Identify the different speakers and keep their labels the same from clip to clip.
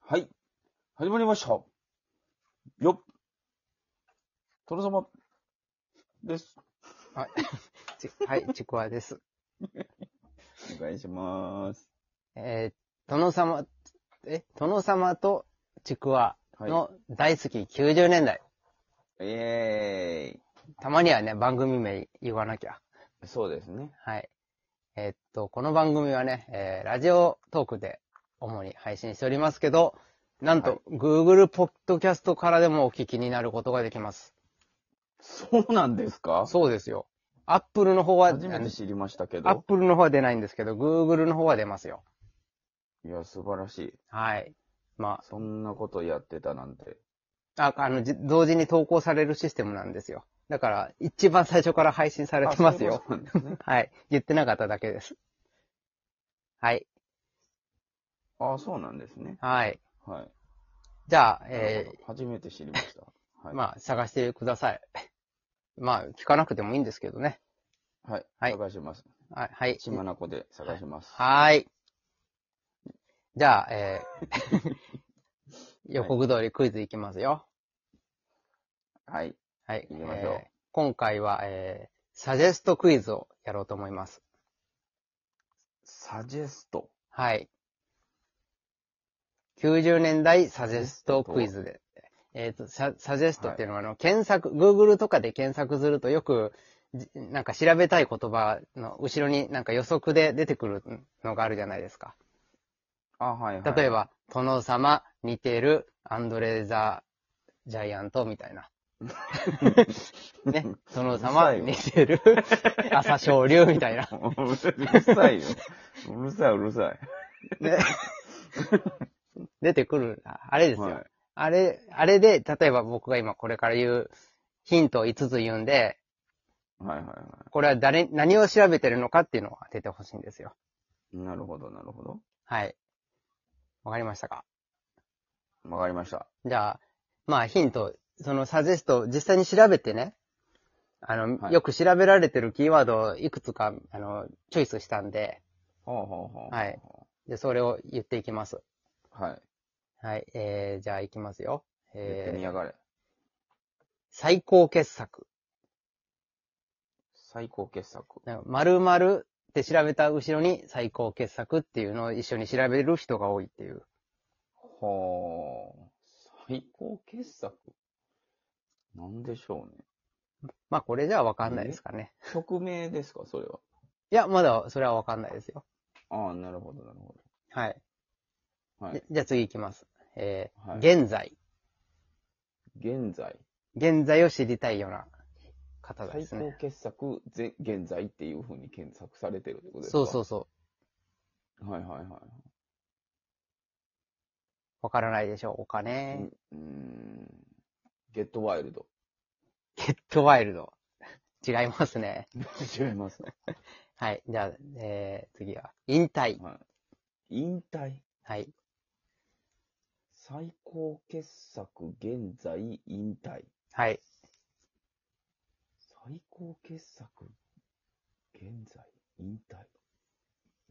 Speaker 1: はい。始まりました。よっ。殿様です。
Speaker 2: ち はい、ちくわです。
Speaker 1: お願いします。
Speaker 2: えー、殿様、え、殿様とちくわ
Speaker 1: はい。
Speaker 2: の大好き90年代。
Speaker 1: イエーイ。
Speaker 2: たまにはね、番組名言わなきゃ。
Speaker 1: そうですね。
Speaker 2: はい。えーっと、この番組はね、えーラジオトークで主に配信しておりますけど、なんと、
Speaker 1: はい
Speaker 2: Google ポッドキャストからでもお聞きになることができます。
Speaker 1: そうなんですか
Speaker 2: そうですよ。Apple の方は、
Speaker 1: 初めて知りましたけど。
Speaker 2: Apple の方は出ないんですけど、Google の方は出ますよ。
Speaker 1: いや、素晴らしい。
Speaker 2: はい。ま
Speaker 1: そんなことやってたなんて。
Speaker 2: あ、ああの、じ同時に投稿されるシステムなんですよ。だから、一番最初から配信されてますよ。
Speaker 1: あ。そういうことなんですね
Speaker 2: はい。言ってなかっただけです。はい。
Speaker 1: あ、そうなんですね。
Speaker 2: はい。
Speaker 1: はい。
Speaker 2: じゃあ、えー
Speaker 1: 初めて知りました。はい。
Speaker 2: まあ、探してください。まあ、聞かなくてもいいんですけどね。
Speaker 1: はい。
Speaker 2: はい
Speaker 1: 探します。
Speaker 2: はい。はい。
Speaker 1: 血眼で探します。
Speaker 2: はーい。じゃあ、え ー予告通りクイズいきますよ。
Speaker 1: はい。
Speaker 2: はい。
Speaker 1: 行きましょう
Speaker 2: えー今回は、えーサジェストクイズをやろうと思います。
Speaker 1: サジェスト。
Speaker 2: はい。90年代サジェストクイズで。えっ、とサ、サジェストっていうのは、あの、検索、Google とかで検索するとよく、じなんか調べたい言葉の後ろになんか予測で出てくるのがあるじゃないですか。
Speaker 1: あ、はい、はい。
Speaker 2: 例え。ば、殿様、似てる、アンドレーザー、ジャイアントみた いな。ね。殿様、
Speaker 1: うる
Speaker 2: 似てる、朝青龍みたいな。
Speaker 1: うるさいよ。うるさい、うるさ
Speaker 2: ね出てくる、ああれで
Speaker 1: い。
Speaker 2: すよ。
Speaker 1: はい。
Speaker 2: あれ、あれで、例えば僕が今これから言うヒントを5つ言うんで、
Speaker 1: はい、はい、は
Speaker 2: これは誰、何を調べてるのかっていうのを当ててほしいんですよ。
Speaker 1: い。なるほど、なるほど。
Speaker 2: はい。わかりましたか
Speaker 1: わかりました。
Speaker 2: じゃあ、まあヒント、そのサジェスト、実際に調べてね、あの、
Speaker 1: はい
Speaker 2: よく調べられてるキーワードをいくつか、あの、チョイスしたんで、
Speaker 1: ほうほうほう。
Speaker 2: はい。で、それを言っていきます。
Speaker 1: はい。
Speaker 2: はい。えー、じゃあ行きますよ。
Speaker 1: 言ってみ
Speaker 2: えー、
Speaker 1: やがれ。
Speaker 2: 最高傑作。
Speaker 1: 最高傑作。
Speaker 2: なんか〇〇って調べた後ろに最高傑作っていうのを一緒に調べる人が多いっていう。
Speaker 1: ほう。最高傑作なんでしょうね。
Speaker 2: まあこれじゃわかんないですかね。
Speaker 1: 匿名ですか、それは。
Speaker 2: いや、まだそれはわかんないですよ。
Speaker 1: ああ、なるほど、なるほ
Speaker 2: はい。
Speaker 1: ど。は
Speaker 2: で
Speaker 1: い。
Speaker 2: じゃあ次行きます。えー
Speaker 1: はい
Speaker 2: 現在。
Speaker 1: 現在。
Speaker 2: 現在を知りたいような方で
Speaker 1: 最
Speaker 2: す
Speaker 1: 高
Speaker 2: ね。
Speaker 1: 傑作、ぜ現在っていう風に検索されてるってことですか
Speaker 2: そうそううそ
Speaker 1: そう。はいはいは
Speaker 2: う。わからないでしょうか
Speaker 1: い。
Speaker 2: ね。
Speaker 1: うーん。ゲットワイルド。
Speaker 2: ゲットワイルド。違いますね。
Speaker 1: 違いますね。
Speaker 2: はい。じゃあ、えー次は、引退。
Speaker 1: はい。引退。
Speaker 2: はい。
Speaker 1: 最高傑作、現在、引退。
Speaker 2: はい。
Speaker 1: 最高傑作、現在、引退。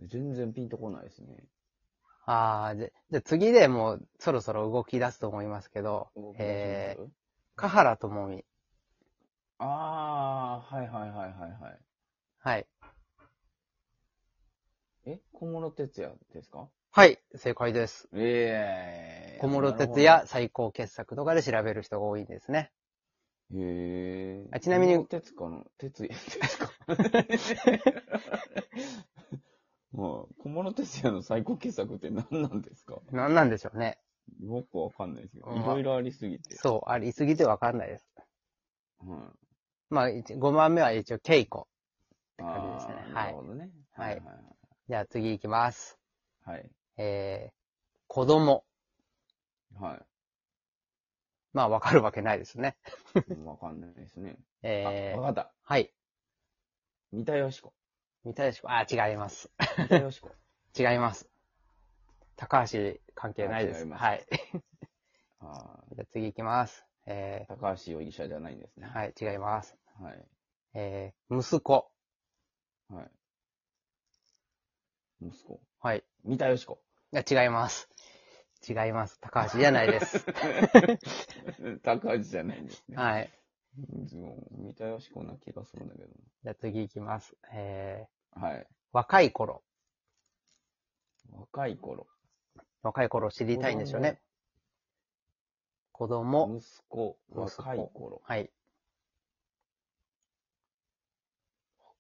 Speaker 1: 全然ピンとこないですね。
Speaker 2: あーじゃじゃあ次でもうそろそろ動き出すと思いますけど、えー、
Speaker 1: ー、
Speaker 2: 香原朋美。
Speaker 1: あー、はいはいはいはいはい。
Speaker 2: はい。
Speaker 1: え、小室哲也ですか
Speaker 2: はい、正解です。
Speaker 1: ええ
Speaker 2: 小室哲也最高傑作とかで調べる人が多いんですね。
Speaker 1: へえ。
Speaker 2: あちなみに
Speaker 1: 小室哲子の、哲也、哲 か。もう、小室哲也の最高傑作って何なんですか
Speaker 2: 何なんでしょうね。
Speaker 1: よくわかんないですけど、
Speaker 2: うん
Speaker 1: いろいろありすぎて。
Speaker 2: そう、ありすぎてわかんないです。
Speaker 1: うん。
Speaker 2: まあ、一5番目は一応、稽古。
Speaker 1: って
Speaker 2: 感じですねはい
Speaker 1: なるほどね。
Speaker 2: はい
Speaker 1: はい
Speaker 2: じゃあ次行きます。
Speaker 1: はい。はい。
Speaker 2: えー、子供。
Speaker 1: は
Speaker 2: まあ、わかるわけないですね。
Speaker 1: い。もうわかんないですね。
Speaker 2: え
Speaker 1: あ、
Speaker 2: ー、
Speaker 1: わかった。
Speaker 2: はい。
Speaker 1: 三田よし子。
Speaker 2: 三田佳子。あー、違います。
Speaker 1: 三田よし子。
Speaker 2: 違います。高橋関係ないで
Speaker 1: あ違い
Speaker 2: す。
Speaker 1: ます
Speaker 2: はい。
Speaker 1: あ
Speaker 2: じゃあ次行きます。
Speaker 1: ー
Speaker 2: え
Speaker 1: 高橋容疑者じゃないんですね。
Speaker 2: ー、はい、違います。
Speaker 1: はい。
Speaker 2: えー、息子。
Speaker 1: はい。息子。
Speaker 2: はい。
Speaker 1: 三田よし子。
Speaker 2: いや、違います。違います。高橋じゃないです。
Speaker 1: 高橋じゃないんですね。
Speaker 2: はい。
Speaker 1: もう、見たよしこな気がするんだけど。
Speaker 2: じゃあ次行きます。え
Speaker 1: はい。
Speaker 2: ー、若い頃。
Speaker 1: 若い頃。
Speaker 2: 若い頃知りたいんでしょうね。子供。
Speaker 1: 息子、
Speaker 2: 息子
Speaker 1: 若い頃。
Speaker 2: はい。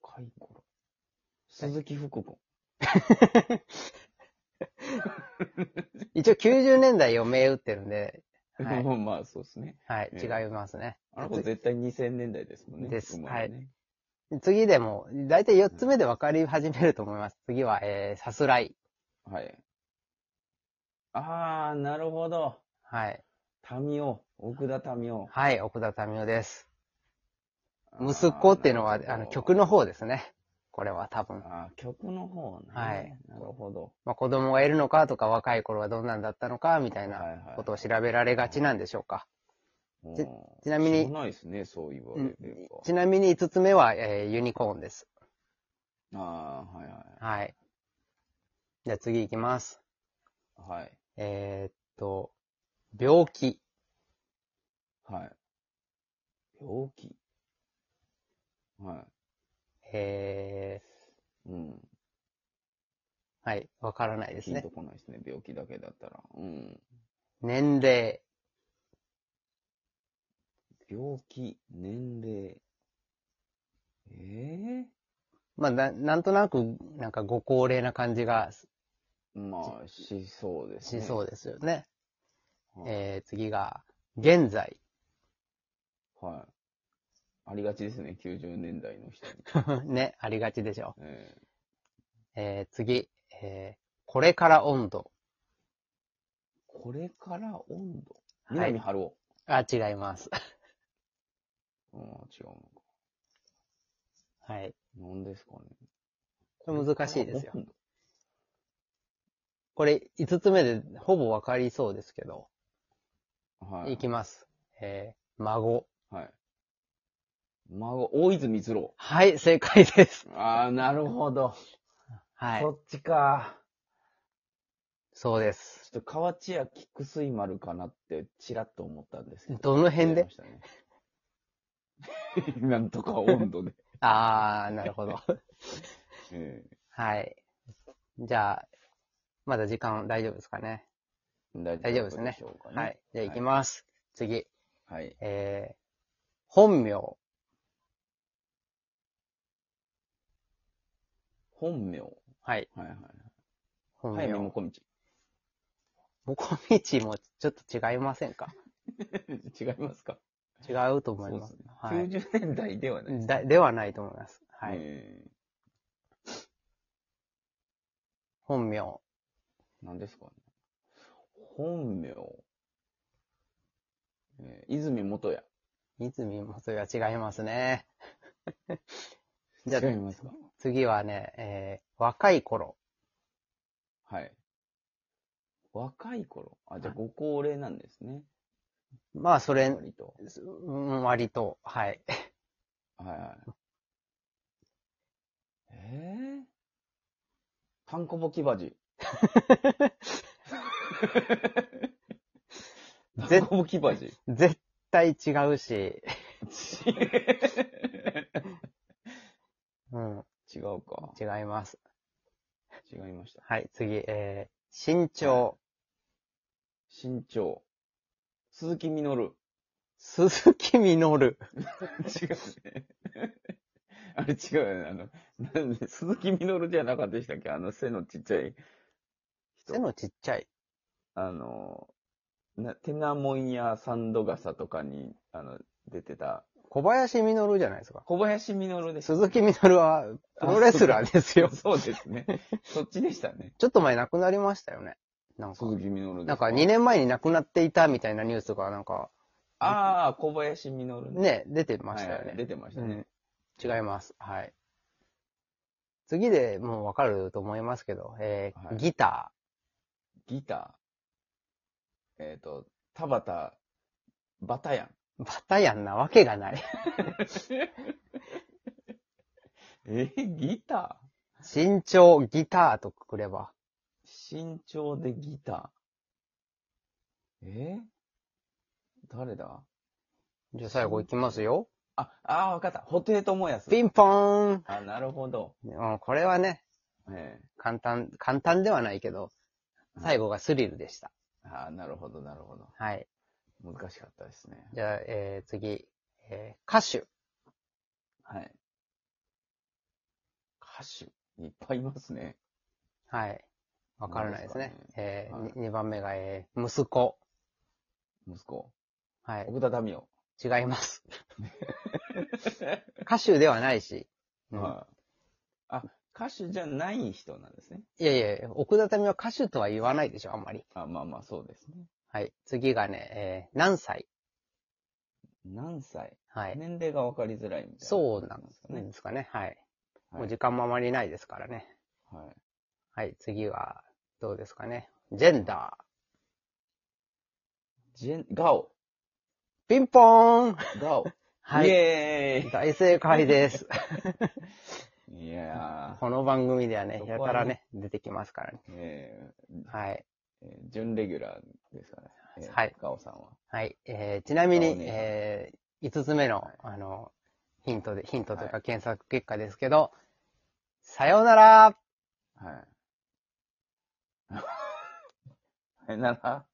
Speaker 1: 若い頃。鈴木福子。
Speaker 2: 一応90年代を銘打ってるんで、はい
Speaker 1: まあまあ、そうですね。
Speaker 2: はい、
Speaker 1: え
Speaker 2: 違
Speaker 1: え
Speaker 2: いますね。
Speaker 1: あの子絶対2000年代ですもんね。
Speaker 2: です
Speaker 1: 生まれね
Speaker 2: 次でも、だいたい4つ目で分かり始めると思います。次は、えー、さすらい。
Speaker 1: はい。あー、なるほど。
Speaker 2: はい。
Speaker 1: 民生、奥田民生。
Speaker 2: はい、奥田民生です。息子っていうのは、あの、曲の
Speaker 1: 方。
Speaker 2: 方ですね。これは多分。
Speaker 1: あー曲の方ね。
Speaker 2: はい。
Speaker 1: なるほど。
Speaker 2: まあ、子供がいるのかとか、若い頃はどんなんだったのか、みたい
Speaker 1: はい
Speaker 2: な
Speaker 1: はい
Speaker 2: ことを調べられがちなんでしょうか。
Speaker 1: うん
Speaker 2: ちちなみに
Speaker 1: 知らないですね、そう言わ
Speaker 2: う
Speaker 1: れれ
Speaker 2: ん
Speaker 1: ば。
Speaker 2: ちなみに5つ目は、えー、ユニコーンです。
Speaker 1: あー、はいはい。
Speaker 2: はい。じゃあ次行きます。
Speaker 1: はい。
Speaker 2: えー、っと、病気。
Speaker 1: はい。病気。は
Speaker 2: え
Speaker 1: い。うん。
Speaker 2: ー、はい、わからないです
Speaker 1: 聞い
Speaker 2: ね
Speaker 1: て。こないですね。病気だけだったら。うん。
Speaker 2: 年齢。
Speaker 1: 病気、年齢。え
Speaker 2: まあ、ななんとなく、なんかご高齢な感じがし
Speaker 1: えまあ、しそうですね。
Speaker 2: そうですよね。
Speaker 1: はい
Speaker 2: えー、次が、現在。
Speaker 1: はい。ありがちですね、90年代の人に。
Speaker 2: ね、ありがちでしょ。
Speaker 1: ええ
Speaker 2: えー、次、えー、これから温度。
Speaker 1: これから温度。
Speaker 2: は
Speaker 1: 南
Speaker 2: い。
Speaker 1: 春夫。
Speaker 2: あ、違います。
Speaker 1: うん、違うのか。
Speaker 2: はい。
Speaker 1: 何ですかね。
Speaker 2: これ難し いですよ
Speaker 1: これから温度。
Speaker 2: これ、5つ目でほぼわかりそうですけど、
Speaker 1: はい。
Speaker 2: いきます。えー、孫。
Speaker 1: はい。孫、大泉逸郎。
Speaker 2: はい、正解です。
Speaker 1: ああ、なるほど。
Speaker 2: はい。
Speaker 1: そっちか。
Speaker 2: そうです。
Speaker 1: ちょっと河内屋菊水丸かなって、ちらっと思ったんですけど。
Speaker 2: どの辺で
Speaker 1: 違いましたね なんとか温 度で。
Speaker 2: あー、なるほ ど。
Speaker 1: え
Speaker 2: はい。じゃあ、まだ時間大丈夫ですかね。
Speaker 1: え大
Speaker 2: 大丈夫ですね
Speaker 1: しょうかね
Speaker 2: はい。。じゃあ行きます。次。
Speaker 1: はい。
Speaker 2: えー、本名。
Speaker 1: 本名。はい
Speaker 2: はい。
Speaker 1: はい。
Speaker 2: 本
Speaker 1: 早
Speaker 2: 名。
Speaker 1: 見もこみち。
Speaker 2: もこみちもちょっと違いませんか
Speaker 1: 違いますか
Speaker 2: 違うと思います。
Speaker 1: そうですね。90年代ではない
Speaker 2: は
Speaker 1: で
Speaker 2: い。
Speaker 1: す。
Speaker 2: だ、ではないと思います。はい。
Speaker 1: ええ
Speaker 2: 本名。
Speaker 1: 何ですかね。本名。えー、泉元也。
Speaker 2: 泉元は違いますね。じゃあ
Speaker 1: 違いますか
Speaker 2: 次はね、えー、若い頃。
Speaker 1: はい。若い頃あ、じゃあご高齢なんですね。
Speaker 2: まあ、それ、
Speaker 1: 割と。
Speaker 2: うん割と、はい。
Speaker 1: はいはい。えぇ、ー、タンコボキバジ。タ
Speaker 2: ぜ
Speaker 1: ンコボキ バジ。
Speaker 2: 絶対違うし、うん、
Speaker 1: 違うか。
Speaker 2: 違います。
Speaker 1: 違いました。
Speaker 2: はい、次、えー、身長。
Speaker 1: 身長。鈴木みのる。
Speaker 2: 鈴木みのる。
Speaker 1: 違うね。 あれ違うよね。あの、なんで、鈴木みのるじゃなかったでしたっけあの、背のちっちゃい人。
Speaker 2: 背のちっちゃい。
Speaker 1: あの、なテナモンやサンドガサとかに、あの、出てた、
Speaker 2: 小林みのるじゃないですか。
Speaker 1: 小林みのるでした
Speaker 2: 鈴木みのるは、プロレスラーですよ。
Speaker 1: そうです ね。そっちでしたね。
Speaker 2: ちょっと前亡くなりましたよね。なんか、
Speaker 1: 鈴木みのるです
Speaker 2: なんか2年前に亡くなっていたみたいなニュースが、なんか、
Speaker 1: ああ、小林みのるね。
Speaker 2: ね、出てま
Speaker 1: は
Speaker 2: し
Speaker 1: い
Speaker 2: たよ
Speaker 1: はい、
Speaker 2: ね。
Speaker 1: 出てましたね。
Speaker 2: うん。違います。はい。次でもうわかると思いますけど、えー
Speaker 1: はい
Speaker 2: ギタ
Speaker 1: ギター。えっ、と、田畑、バタヤ ン。
Speaker 2: ー。バタヤンなわけがない。
Speaker 1: えギタ
Speaker 2: 身長、ギターとくくれば。
Speaker 1: ー身長でギタえ誰だ
Speaker 2: じゃあ最後いきますよ。
Speaker 1: あ、あー、わかった。布袋寅泰。
Speaker 2: ピンポーン
Speaker 1: あ、なるほど。
Speaker 2: うんこれはね、
Speaker 1: え
Speaker 2: 簡単、簡単ではないけど、
Speaker 1: うん
Speaker 2: 最後がスリルでした。
Speaker 1: えあー、なるほど、なるほど。
Speaker 2: はい。
Speaker 1: 難しかったですね。
Speaker 2: じゃあ、えー、次、えー、歌手。
Speaker 1: はい。歌手、いっぱいいますね。
Speaker 2: はい。わからないです
Speaker 1: 何で
Speaker 2: ね。
Speaker 1: すか
Speaker 2: えー
Speaker 1: はい
Speaker 2: に、2番目が、えー、息子。
Speaker 1: 息子。
Speaker 2: はい。
Speaker 1: 奥田民生。
Speaker 2: 違い ます。歌手ではないし。うん
Speaker 1: はい。あ、歌手じゃない人なんですね。
Speaker 2: いやいやいや、奥田民は歌手とは言わないでしょ、あんまり。
Speaker 1: あ、まあまあ、そうですね。
Speaker 2: はい。次がね、えー、何歳
Speaker 1: 何歳
Speaker 2: はい。
Speaker 1: 年齢が分かりづらいみたいな。
Speaker 2: そうなん
Speaker 1: ですかね。
Speaker 2: ですかね。は
Speaker 1: は
Speaker 2: い。
Speaker 1: い
Speaker 2: もう時間もあまりないですからね。
Speaker 1: はい。
Speaker 2: はい。次は、どうですかね。ジェンダー。
Speaker 1: ジェン、ガオ。
Speaker 2: ピンポーン
Speaker 1: ガオ。
Speaker 2: は
Speaker 1: イ
Speaker 2: い。
Speaker 1: エ
Speaker 2: 大正 解です。
Speaker 1: ーイいや
Speaker 2: この番組ではね
Speaker 1: そ、こ
Speaker 2: や
Speaker 1: はね
Speaker 2: たらね、出てきますからね。
Speaker 1: ー、え
Speaker 2: はい。
Speaker 1: ー、えー準レギュラーですかね。えー
Speaker 2: はい。
Speaker 1: ガオさんは。
Speaker 2: はい。えーちなみに
Speaker 1: そう、ね
Speaker 2: えー、5つ目の、あの、ヒントで、ヒントというか検索結果ですけど、さよなら
Speaker 1: はい。さよなら。